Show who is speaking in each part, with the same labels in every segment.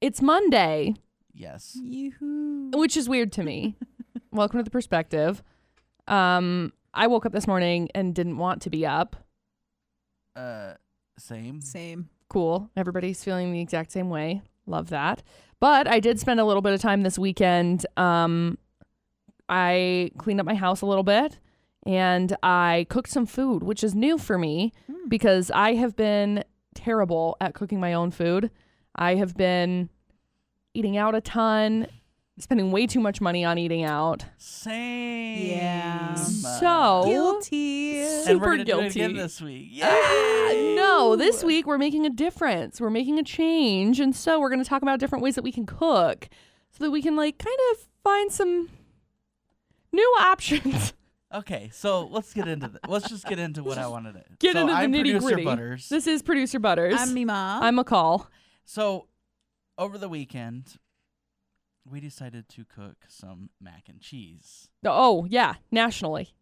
Speaker 1: It's Monday,
Speaker 2: Yes.
Speaker 3: Yoo-hoo.
Speaker 1: which is weird to me. Welcome to the perspective. Um, I woke up this morning and didn't want to be up.
Speaker 2: Uh, same.
Speaker 3: Same.
Speaker 1: Cool. Everybody's feeling the exact same way. Love that. But I did spend a little bit of time this weekend. Um, I cleaned up my house a little bit and I cooked some food, which is new for me
Speaker 3: Mm.
Speaker 1: because I have been terrible at cooking my own food. I have been eating out a ton, spending way too much money on eating out.
Speaker 2: Same. Uh,
Speaker 3: Yeah.
Speaker 1: So-
Speaker 3: Guilty.
Speaker 2: and we're
Speaker 1: super
Speaker 2: gonna do it again
Speaker 1: guilty.
Speaker 2: this week.
Speaker 1: Ah,
Speaker 2: Yay!
Speaker 1: no, this week we're making a difference. We're making a change. And so we're going to talk about different ways that we can cook so that we can, like, kind of find some new options.
Speaker 2: Okay, so let's get into th- let's just get into what I wanted to
Speaker 1: Get
Speaker 2: so
Speaker 1: into the
Speaker 2: I'm
Speaker 1: nitty
Speaker 2: producer
Speaker 1: gritty.
Speaker 2: Butters.
Speaker 1: This is Producer Butters.
Speaker 3: I'm Mima.
Speaker 1: I'm a call.
Speaker 2: So, over the weekend, we decided to cook some mac and cheese.
Speaker 1: Oh, yeah, nationally.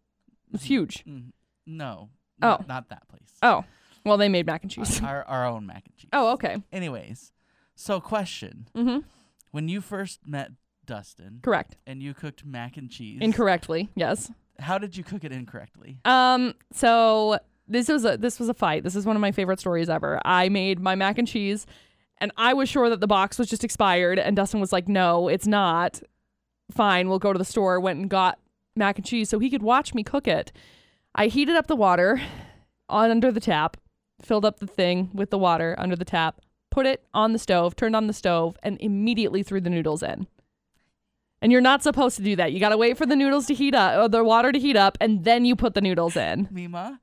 Speaker 1: It's huge.
Speaker 2: Mm, No. n-
Speaker 1: Oh.
Speaker 2: Not that place.
Speaker 1: Oh, well, they made mac and cheese.
Speaker 2: Our, our own mac and cheese.
Speaker 1: Oh, okay.
Speaker 2: Anyways, so question.
Speaker 1: Mm-hmm.
Speaker 2: When you first met Dustin
Speaker 1: Correct.
Speaker 2: and you cooked mac and cheese,
Speaker 1: Incorrectly, yes.
Speaker 2: how did you cook it incorrectly?
Speaker 1: Um, so this was a this was a fight. This is one of my favorite stories ever. I made my mac and cheese and I was sure that the box was just expired and Dustin was like, "No, it's not. Fine, we'll go to the store." Went and got mac and cheese so he could watch me cook it. I heated up the water on under the tap, filled up the thing with the water under the tap, put it on the stove, turned on the stove, and immediately threw the noodles in. And you're not supposed to do that. You got to wait for the noodles to heat up, or the water to heat up, and then you put the noodles in.
Speaker 2: Mima?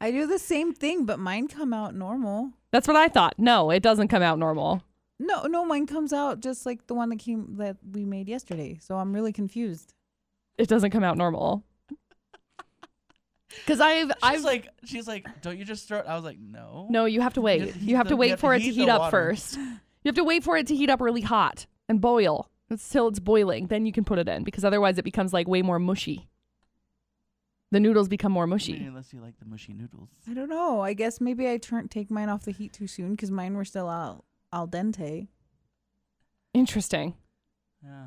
Speaker 3: I do the same thing, but mine come out normal.
Speaker 1: That's what I thought. No, it doesn't come out normal.
Speaker 3: No, no, mine comes out just like the one that came that we made yesterday. So I'm really confused.
Speaker 1: It doesn't come out normal. Because I've,
Speaker 2: I
Speaker 1: I've
Speaker 2: was like, she's like, don't you just throw it? I was like, no.
Speaker 1: no, you have to wait.
Speaker 2: heat
Speaker 1: You have
Speaker 2: the-
Speaker 1: to
Speaker 2: you
Speaker 1: wait
Speaker 2: have to
Speaker 1: for it to
Speaker 2: heat
Speaker 1: heat
Speaker 2: the
Speaker 1: up
Speaker 2: water.
Speaker 1: first. You have to wait for it to heat up really hot and boil until it's boiling. Then you can put it in because otherwise it becomes like way more mushy. The noodles become more
Speaker 2: I mean,
Speaker 1: mushy.
Speaker 2: unless you like the mushy noodles.
Speaker 3: I don't know. I guess maybe I turn take mine off the heat too soon because mine were still al al dente.
Speaker 1: Interesting.
Speaker 2: Yeah.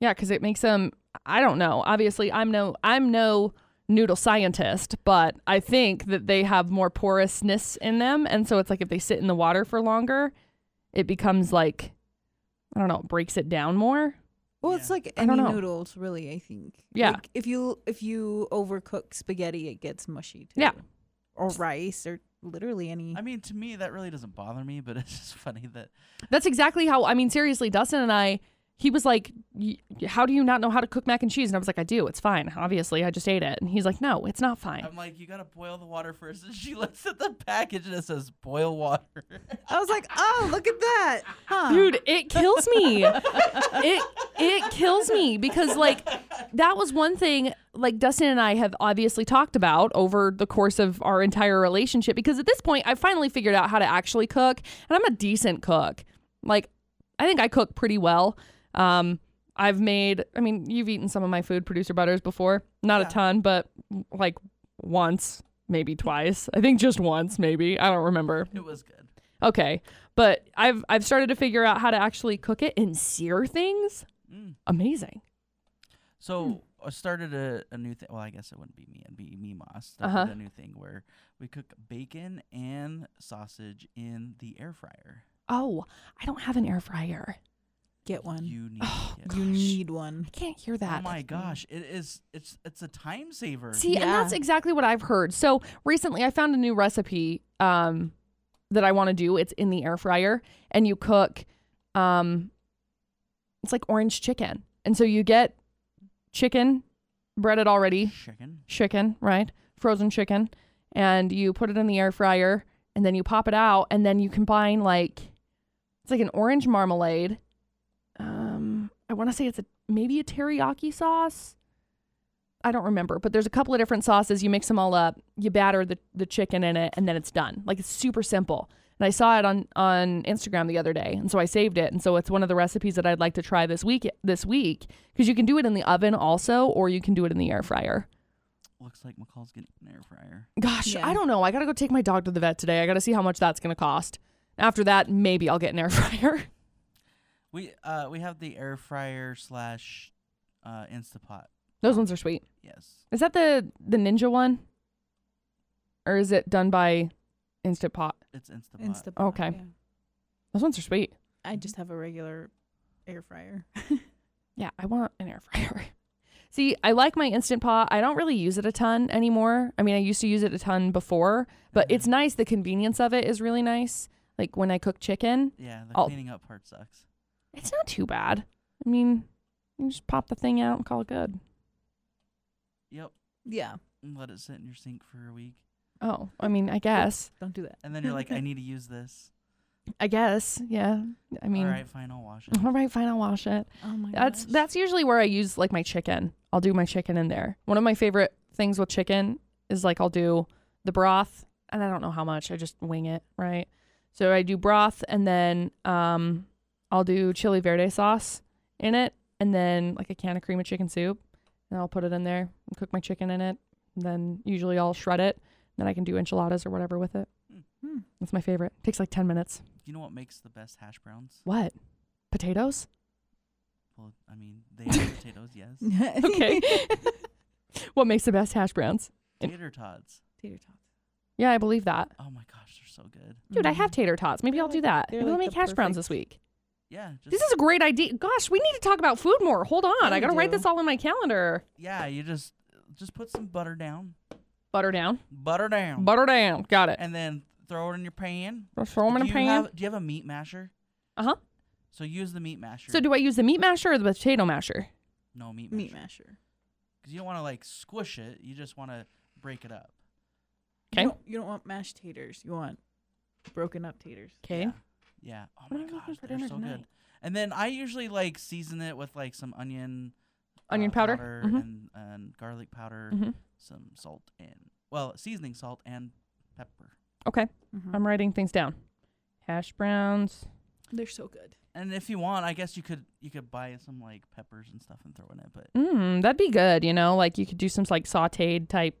Speaker 1: Yeah, because it makes them. I don't know. Obviously, I'm no I'm no noodle scientist, but I think that they have more porousness in them, and so it's like if they sit in the water for longer, it becomes like I don't know, it breaks it down more.
Speaker 3: Well,
Speaker 2: Yeah.
Speaker 3: it's like
Speaker 1: I don't
Speaker 3: any
Speaker 1: know.
Speaker 3: noodles, really. I think.
Speaker 1: Yeah.
Speaker 3: Like, if you if you overcook spaghetti, it gets mushy too.
Speaker 1: Yeah.
Speaker 3: Or rice, or literally any.
Speaker 2: I mean, to me, that really doesn't bother me, but it's just funny that
Speaker 1: That's exactly how. I mean, seriously, Dustin and I. He was like, "Y- "How do you not know how to cook mac and cheese?" And I was like, "I do. It's fine. Obviously, I just ate it." And he's like, "No, it's not fine."
Speaker 2: I'm like, you gotta boil the water first. And she looks at the package and it says boil water.
Speaker 3: I was like, oh, look at that, huh?
Speaker 1: Dude, it kills me. it it kills me because like that was one thing like Dustin and I have obviously talked about over the course of our entire relationship because at this point I finally figured out how to actually cook and I'm a decent cook. Like I think I cook pretty well. Um I've made I mean you've eaten some of my food producer butters before. Not
Speaker 2: Yeah.
Speaker 1: a ton, but like once, maybe twice. I think just once maybe. I don't remember.
Speaker 2: it was good.
Speaker 1: Okay. But I've I've started to figure out how to actually cook it and sear things.
Speaker 2: Mm.
Speaker 1: Amazing.
Speaker 2: So I started a, a new thing. Well, I guess it wouldn't be me. It'd be Mima. Started
Speaker 1: Uh-huh.
Speaker 2: a new thing where we cook bacon and sausage in the air fryer.
Speaker 1: Oh, I don't have an air fryer.
Speaker 3: Get one. You,
Speaker 2: You need.
Speaker 1: Oh,
Speaker 2: to get it.
Speaker 1: gosh.
Speaker 3: need one.
Speaker 1: I can't hear
Speaker 2: Oh
Speaker 1: that.
Speaker 2: my gosh! It is. It's it's a time saver.
Speaker 1: See, and
Speaker 3: Yeah.
Speaker 1: that's exactly what I've heard. So recently I found a new recipe um that I want to do. It's in the air fryer and you cook um it's like orange chicken. And so you get chicken breaded already
Speaker 2: chicken.
Speaker 1: chicken, right? Frozen chicken, and you put it in the air fryer, and then you pop it out, and then you combine like it's like an orange marmalade. Um, I want to say it's a maybe a teriyaki sauce. I don't remember, but there's a couple of different sauces. You mix them all up, you batter the, the chicken in it, and then it's done. Like it's super simple. And I saw it on on Instagram the other day, and so I saved it. And so it's one of the recipes that I'd like to try this week this week because you can do it in the oven also, or you can do it in the air fryer.
Speaker 2: Looks like McCall's getting an air fryer.
Speaker 1: Gosh,
Speaker 3: Yeah.
Speaker 1: I don't know. I gotta go take my dog to the vet today. I gotta see how much that's gonna cost. After that, maybe I'll get an air fryer.
Speaker 2: We uh we have the air fryer slash uh Instapot.
Speaker 1: Those ones are sweet.
Speaker 2: Yes.
Speaker 1: Is that the the ninja one? Or is it done by Instant Pot?
Speaker 2: It's Instapot.
Speaker 3: Instapot.
Speaker 1: Okay.
Speaker 3: yeah.
Speaker 1: Those ones are sweet.
Speaker 3: I
Speaker 1: Mm-hmm.
Speaker 3: just have a regular air fryer.
Speaker 1: Yeah, I want an air fryer. See, I like my Instant Pot. I don't really use it a ton anymore. I mean, I used to use it a ton before, but it's nice. The convenience of it is really nice. Like when I cook chicken,
Speaker 2: yeah, the
Speaker 1: I'll-
Speaker 2: cleaning up part sucks.
Speaker 1: it's not too bad. I mean, you just pop the thing out and call it good.
Speaker 2: Yep.
Speaker 3: yeah.
Speaker 2: and Let it sit in your sink for a week.
Speaker 1: Oh, I mean, I guess.
Speaker 3: Don't do that.
Speaker 2: And then you're like, I need to use this.
Speaker 1: I guess. Yeah. I mean, uh-huh.
Speaker 2: All right, fine, I'll wash it.
Speaker 1: all right fine, I'll wash it.
Speaker 3: Oh my god.
Speaker 1: That's that's usually where I use like my chicken. I'll do my chicken in there. One of my favorite things with chicken is like I'll do the broth, and I don't know how much. I just wing it, right? So I do broth, and then um, I'll do chili verde sauce in it, and then like a can of cream of chicken soup, and I'll put it in there and cook my chicken in it. And then usually I'll shred it. Then I can do enchiladas or whatever with it.
Speaker 3: Hmm.
Speaker 1: That's my favorite. takes like ten minutes.
Speaker 2: You know what makes the best hash browns?
Speaker 1: What? Potatoes?
Speaker 2: Well, I mean, they are potatoes, yes.
Speaker 1: Okay. what makes the best hash browns? And-
Speaker 2: Tater tots.
Speaker 3: Tater tots.
Speaker 1: Yeah, I believe that.
Speaker 2: Oh my gosh, they're so good.
Speaker 1: Dude, I
Speaker 3: Mhm.
Speaker 1: have tater tots. Maybe
Speaker 3: They're
Speaker 1: I'll do
Speaker 3: like-
Speaker 1: that.
Speaker 3: they're
Speaker 1: Maybe I'll
Speaker 3: like
Speaker 1: make
Speaker 3: the
Speaker 1: hash browns this
Speaker 3: perfect-
Speaker 1: week.
Speaker 2: Yeah, just
Speaker 1: This is a great idea. Gosh, we need to talk about food more. Hold on.
Speaker 3: Yeah,
Speaker 1: I
Speaker 3: we
Speaker 1: got to write
Speaker 3: do.
Speaker 1: this all in my calendar.
Speaker 2: yeah. You just just put some butter down,
Speaker 1: Butter down.
Speaker 2: butter down,
Speaker 1: Butter down. Got it.
Speaker 2: and then throw it in your pan.
Speaker 1: Just throw 'em in
Speaker 2: do
Speaker 1: a
Speaker 2: you
Speaker 1: pan.
Speaker 2: Have, do you have a meat masher?
Speaker 1: Uh-huh.
Speaker 2: So use the meat masher.
Speaker 1: So do I use the meat masher or the potato masher?
Speaker 2: no meat masher.
Speaker 3: Mm-hmm. Meat masher.
Speaker 2: Because you don't want to like squish it. You just want to break it up.
Speaker 1: Okay.
Speaker 3: You don't, you don't want mashed taters. You want broken up taters.
Speaker 1: Okay.
Speaker 2: Yeah. Yeah. Oh
Speaker 1: What
Speaker 2: my
Speaker 1: am I making
Speaker 2: gosh,
Speaker 1: for
Speaker 2: they're
Speaker 1: dinner
Speaker 2: so good.
Speaker 1: tonight?
Speaker 2: And then I usually like season it with like some onion,
Speaker 1: Onion
Speaker 2: uh,
Speaker 1: powder? Mhm.
Speaker 2: and, and garlic powder,
Speaker 1: hmm
Speaker 2: some salt and well seasoning salt and pepper.
Speaker 1: Okay.
Speaker 3: Mhm.
Speaker 1: I'm writing things down. Hash browns.
Speaker 3: They're so good.
Speaker 2: And if you want, I guess you could you could buy some like peppers and stuff and throw in it. But
Speaker 1: Mmm, that'd be good, you know? Like you could do some like sauteed type.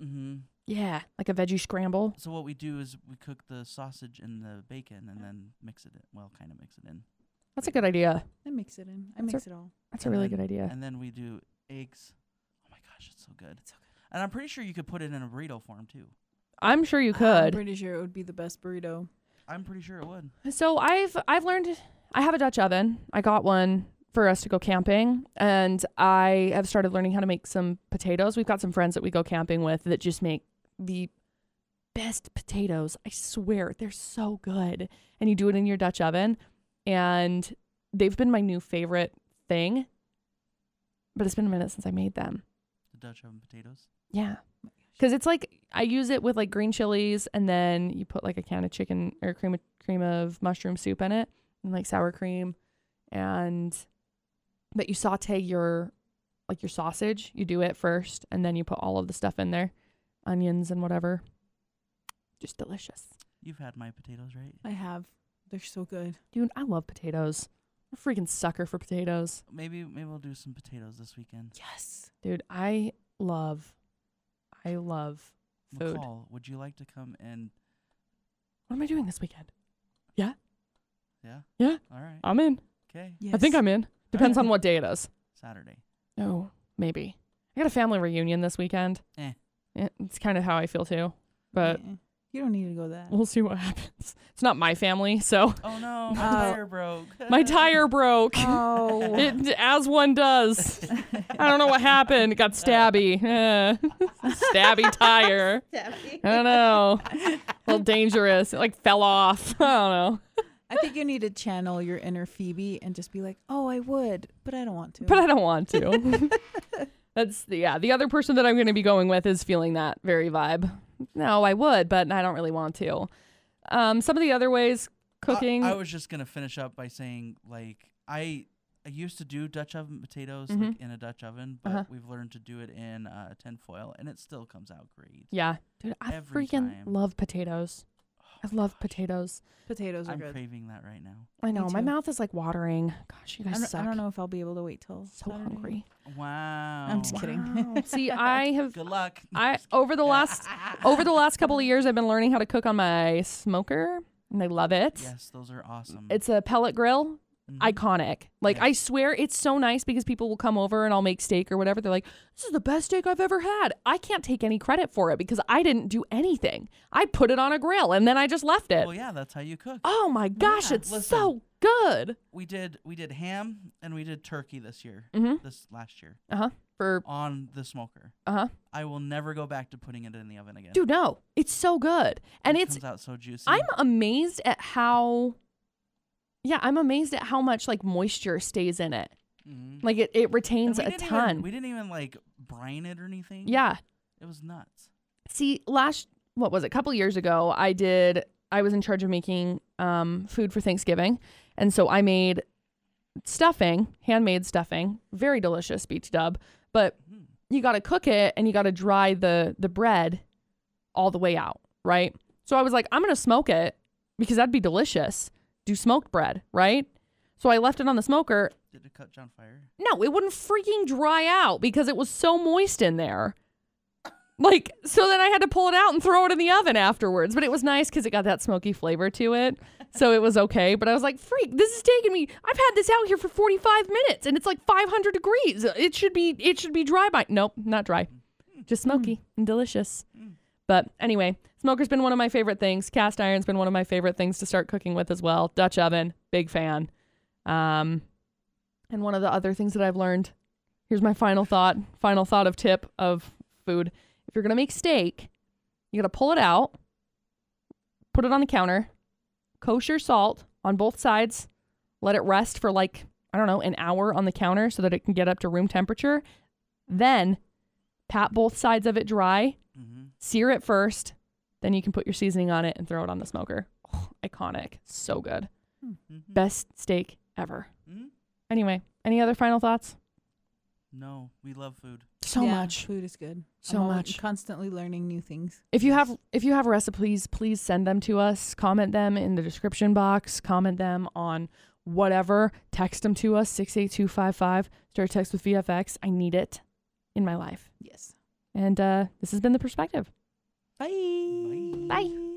Speaker 2: hmm
Speaker 1: Yeah. Like a veggie scramble.
Speaker 2: so what we do is we cook the sausage and the bacon and then mix it in. Well, kind of mix it in.
Speaker 1: That's a good idea.
Speaker 3: I mix it in. I
Speaker 1: That's
Speaker 3: mix it all.
Speaker 1: That's a
Speaker 2: And
Speaker 1: really
Speaker 2: then-
Speaker 1: good idea.
Speaker 2: And then we do eggs. Oh my gosh, it's so good. It's so good. And I'm pretty sure you could put it in a burrito form too.
Speaker 1: I'm sure you
Speaker 3: I'm
Speaker 1: could.
Speaker 3: pretty sure it would be the best burrito.
Speaker 2: I'm pretty sure it would.
Speaker 1: So I've I've learned I have a Dutch oven. I got one for us to go camping and I have started learning how to make some potatoes. We've got some friends that we go camping with that just make the best potatoes. I swear, they're so good. And you do it in your Dutch oven and they've been my new favorite thing. But it's been a minute since I made them.
Speaker 2: The Dutch oven potatoes.
Speaker 1: Yeah. Cause it's like I use it with like green chilies, and then you put like a can of chicken or cream of cream of mushroom soup in it, and like sour cream, and but you saute your like your sausage. You do it first, and then you put all of the stuff in there, onions and whatever. Just delicious,
Speaker 2: You've had my potatoes, right?
Speaker 3: I have. They're so good.
Speaker 1: dude. I love potatoes. I'm a freaking sucker for potatoes,
Speaker 2: Maybe maybe we'll do some potatoes this weekend.
Speaker 3: Yes.
Speaker 1: dude. I love, I love food.
Speaker 2: McCall, would you like to come and
Speaker 1: What am I doing this weekend?
Speaker 2: yeah?
Speaker 1: Yeah. Uh,
Speaker 2: All right.
Speaker 1: I'm in.
Speaker 2: Okay.
Speaker 3: Yes.
Speaker 1: I think I'm in. Depends
Speaker 2: right.
Speaker 1: on what day it is.
Speaker 2: Saturday.
Speaker 1: No, Oh, maybe. I got a family reunion this weekend.
Speaker 2: Eh.
Speaker 1: It- It's kind of how I feel too, but
Speaker 3: Yeah. you don't need to go that.
Speaker 1: we'll see what happens. It's not my family, so
Speaker 2: Oh no, my
Speaker 3: Oh.
Speaker 2: tire broke.
Speaker 1: my tire broke.
Speaker 3: Oh.
Speaker 1: It, as one does. I don't know what happened. It got stabby. Eh. stabby tire. I don't know. A little dangerous. It like fell off. I don't know.
Speaker 3: I think you need to channel your inner Phoebe and just be like, "Oh, I would, but I don't want to."
Speaker 1: But I don't want to. That's the yeah. The other person that I'm going to be going with is feeling that very vibe. No, I would, but I don't really want to. Um, some of the other ways cooking.
Speaker 2: I, I was just gonna finish up by saying like I I used to do Dutch oven potatoes like in a Dutch oven, but
Speaker 1: Mm-hmm. Uh-huh.
Speaker 2: we've learned to do it in uh, tin foil, and it still comes out great.
Speaker 1: yeah, dude, I
Speaker 2: every
Speaker 1: freaking
Speaker 2: time.
Speaker 1: love potatoes.
Speaker 2: Oh
Speaker 1: I
Speaker 2: my
Speaker 1: love
Speaker 2: gosh.
Speaker 1: potatoes.
Speaker 3: Potatoes are
Speaker 2: I'm
Speaker 3: good.
Speaker 2: craving that right now.
Speaker 1: I know my
Speaker 3: too.
Speaker 1: mouth is like watering. Gosh, you
Speaker 3: I
Speaker 1: guys
Speaker 3: don't,
Speaker 1: suck.
Speaker 3: I don't know if I'll be able to wait till
Speaker 1: So
Speaker 3: Saturday.
Speaker 1: hungry.
Speaker 2: Wow.
Speaker 3: I'm just kidding.
Speaker 1: Wow. See, I have
Speaker 2: Good luck.
Speaker 1: I over the last over the last couple of years, I've been learning how to cook on my smoker, and I love it.
Speaker 2: yes, those are awesome. Mm-hmm.
Speaker 1: It's a pellet grill, iconic. Like I swear it's so nice because people will come over and I'll make steak or whatever. They're like, "This is the best steak I've ever had." I can't take any credit for it because I didn't do anything. I put it on a grill and then I just left it.
Speaker 2: Well, yeah, that's how you cook.
Speaker 1: Oh my gosh,
Speaker 2: yeah,
Speaker 1: it's
Speaker 2: listen.
Speaker 1: so good.
Speaker 2: We did we did ham and we did turkey this year.
Speaker 1: Mhm.
Speaker 2: This last year
Speaker 1: Uh-huh. For
Speaker 2: on the smoker.
Speaker 1: uh-huh.
Speaker 2: I will never go back to putting it in the oven again.
Speaker 1: Dude, no. It's so good. And
Speaker 2: it
Speaker 1: it's
Speaker 2: comes out so juicy.
Speaker 1: I'm amazed at how Yeah, I'm amazed at how much like moisture stays in it.
Speaker 2: Mhm.
Speaker 1: Like it, it
Speaker 2: And
Speaker 1: retains
Speaker 2: we
Speaker 1: a
Speaker 2: didn't even-
Speaker 1: ton.
Speaker 2: we didn't even like brine it or anything.
Speaker 1: yeah.
Speaker 2: it was nuts.
Speaker 1: See, last what was it? A couple years ago, I did. I was in charge of making um, food for Thanksgiving, and so I made stuffing, handmade stuffing, very delicious, beach dub. But
Speaker 2: Mhm.
Speaker 1: you got to cook it and you got to dry the the bread all the way out, right? So I was like, I'm gonna smoke it because that'd be delicious. Do smoked bread, right? So I left it on the smoker.
Speaker 2: Did it catch on fire?
Speaker 1: No, it wouldn't freaking dry out because it was so moist in there. Like, so then I had to pull it out and throw it in the oven afterwards. But it was nice because it got that smoky flavor to it. So it was okay. But I was like, freak, this is taking me. I've had this out here for 45 minutes and it's like 500 degrees. It should be, it should be dry by. Nope, not dry. Just smoky and delicious. But anyway, smoker's been one of my favorite things. Cast iron's been one of my favorite things to start cooking with as well. Dutch oven, big fan. Um, and one of the other things that I've learned here's my final thought, final thought of tip of food. If you're going to make steak, you got to pull it out, put it on the counter, kosher salt on both sides, let it rest for like, I don't know, an hour on the counter so that it can get up to room temperature. Then pat both sides of it dry,
Speaker 2: hmm
Speaker 1: sear it first, then you can put your seasoning on it and throw it on the smoker. Oh, iconic. So good.
Speaker 2: Mhm.
Speaker 1: Best steak ever.
Speaker 2: Mhm.
Speaker 1: Anyway, any other final thoughts?
Speaker 2: No, we love food.
Speaker 1: so
Speaker 3: Yeah,
Speaker 1: much
Speaker 3: Food is good.
Speaker 1: so
Speaker 3: I'm always
Speaker 1: much
Speaker 3: Constantly learning new things.
Speaker 1: if you have if you have recipes please send them to us comment them in the description box comment them on whatever text them to us 68255 start text with vfx i need it in my life
Speaker 3: Yes.
Speaker 1: and uh, this has been the perspective
Speaker 3: Bye.
Speaker 1: Bye.